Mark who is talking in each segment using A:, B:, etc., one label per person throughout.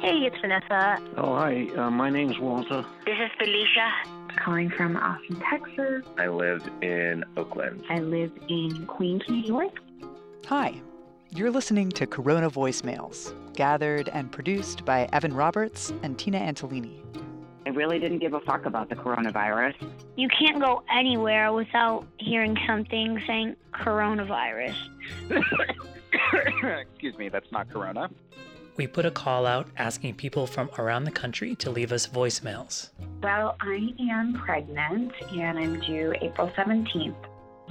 A: Hey, it's Vanessa.
B: Oh, hi. Uh, my name's Walter.
C: This is Felicia.
D: Calling from Austin, Texas.
E: I lived in Oakland.
D: I live in Queens, New York.
F: Hi. You're listening to Corona Voicemails, gathered and produced by Evan Roberts and Tina Antolini.
G: I really didn't give a fuck about the coronavirus.
C: You can't go anywhere without hearing something saying coronavirus.
H: Excuse me, that's not corona.
I: We put a call out asking people from around the country to leave us voicemails.
D: Well, I am pregnant and I'm due April 17th.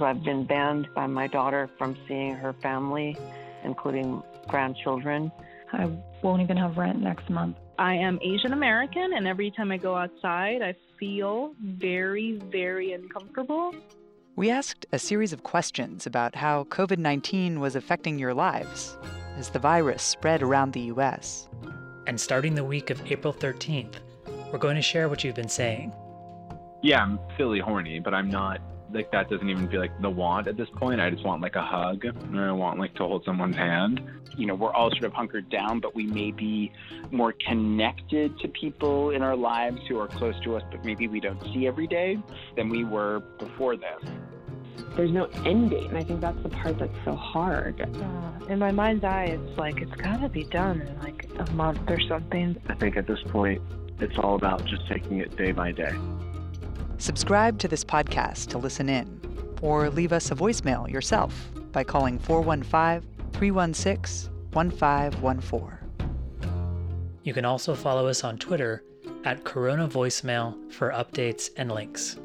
J: I've been banned by my daughter from seeing her family, including grandchildren.
K: I won't even have rent next month.
L: I am Asian American, and every time I go outside, I feel very, very uncomfortable.
F: We asked a series of questions about how COVID 19 was affecting your lives as the virus spread around the US.
I: And starting the week of April 13th, we're going to share what you've been saying.
H: Yeah, I'm silly horny, but I'm not like that doesn't even feel like the want at this point. I just want like a hug or I want like to hold someone's hand.
M: You know, we're all sort of hunkered down, but we may be more connected to people in our lives who are close to us, but maybe we don't see every day than we were before this.
N: There's no end date, and I think that's the part that's so hard.
O: Uh, in my mind's eye, it's like it's gotta be done in like a month or something.
E: I think at this point, it's all about just taking it day by day.
F: Subscribe to this podcast to listen in, or leave us a voicemail yourself by calling 415 316 1514.
I: You can also follow us on Twitter at Corona Voicemail for updates and links.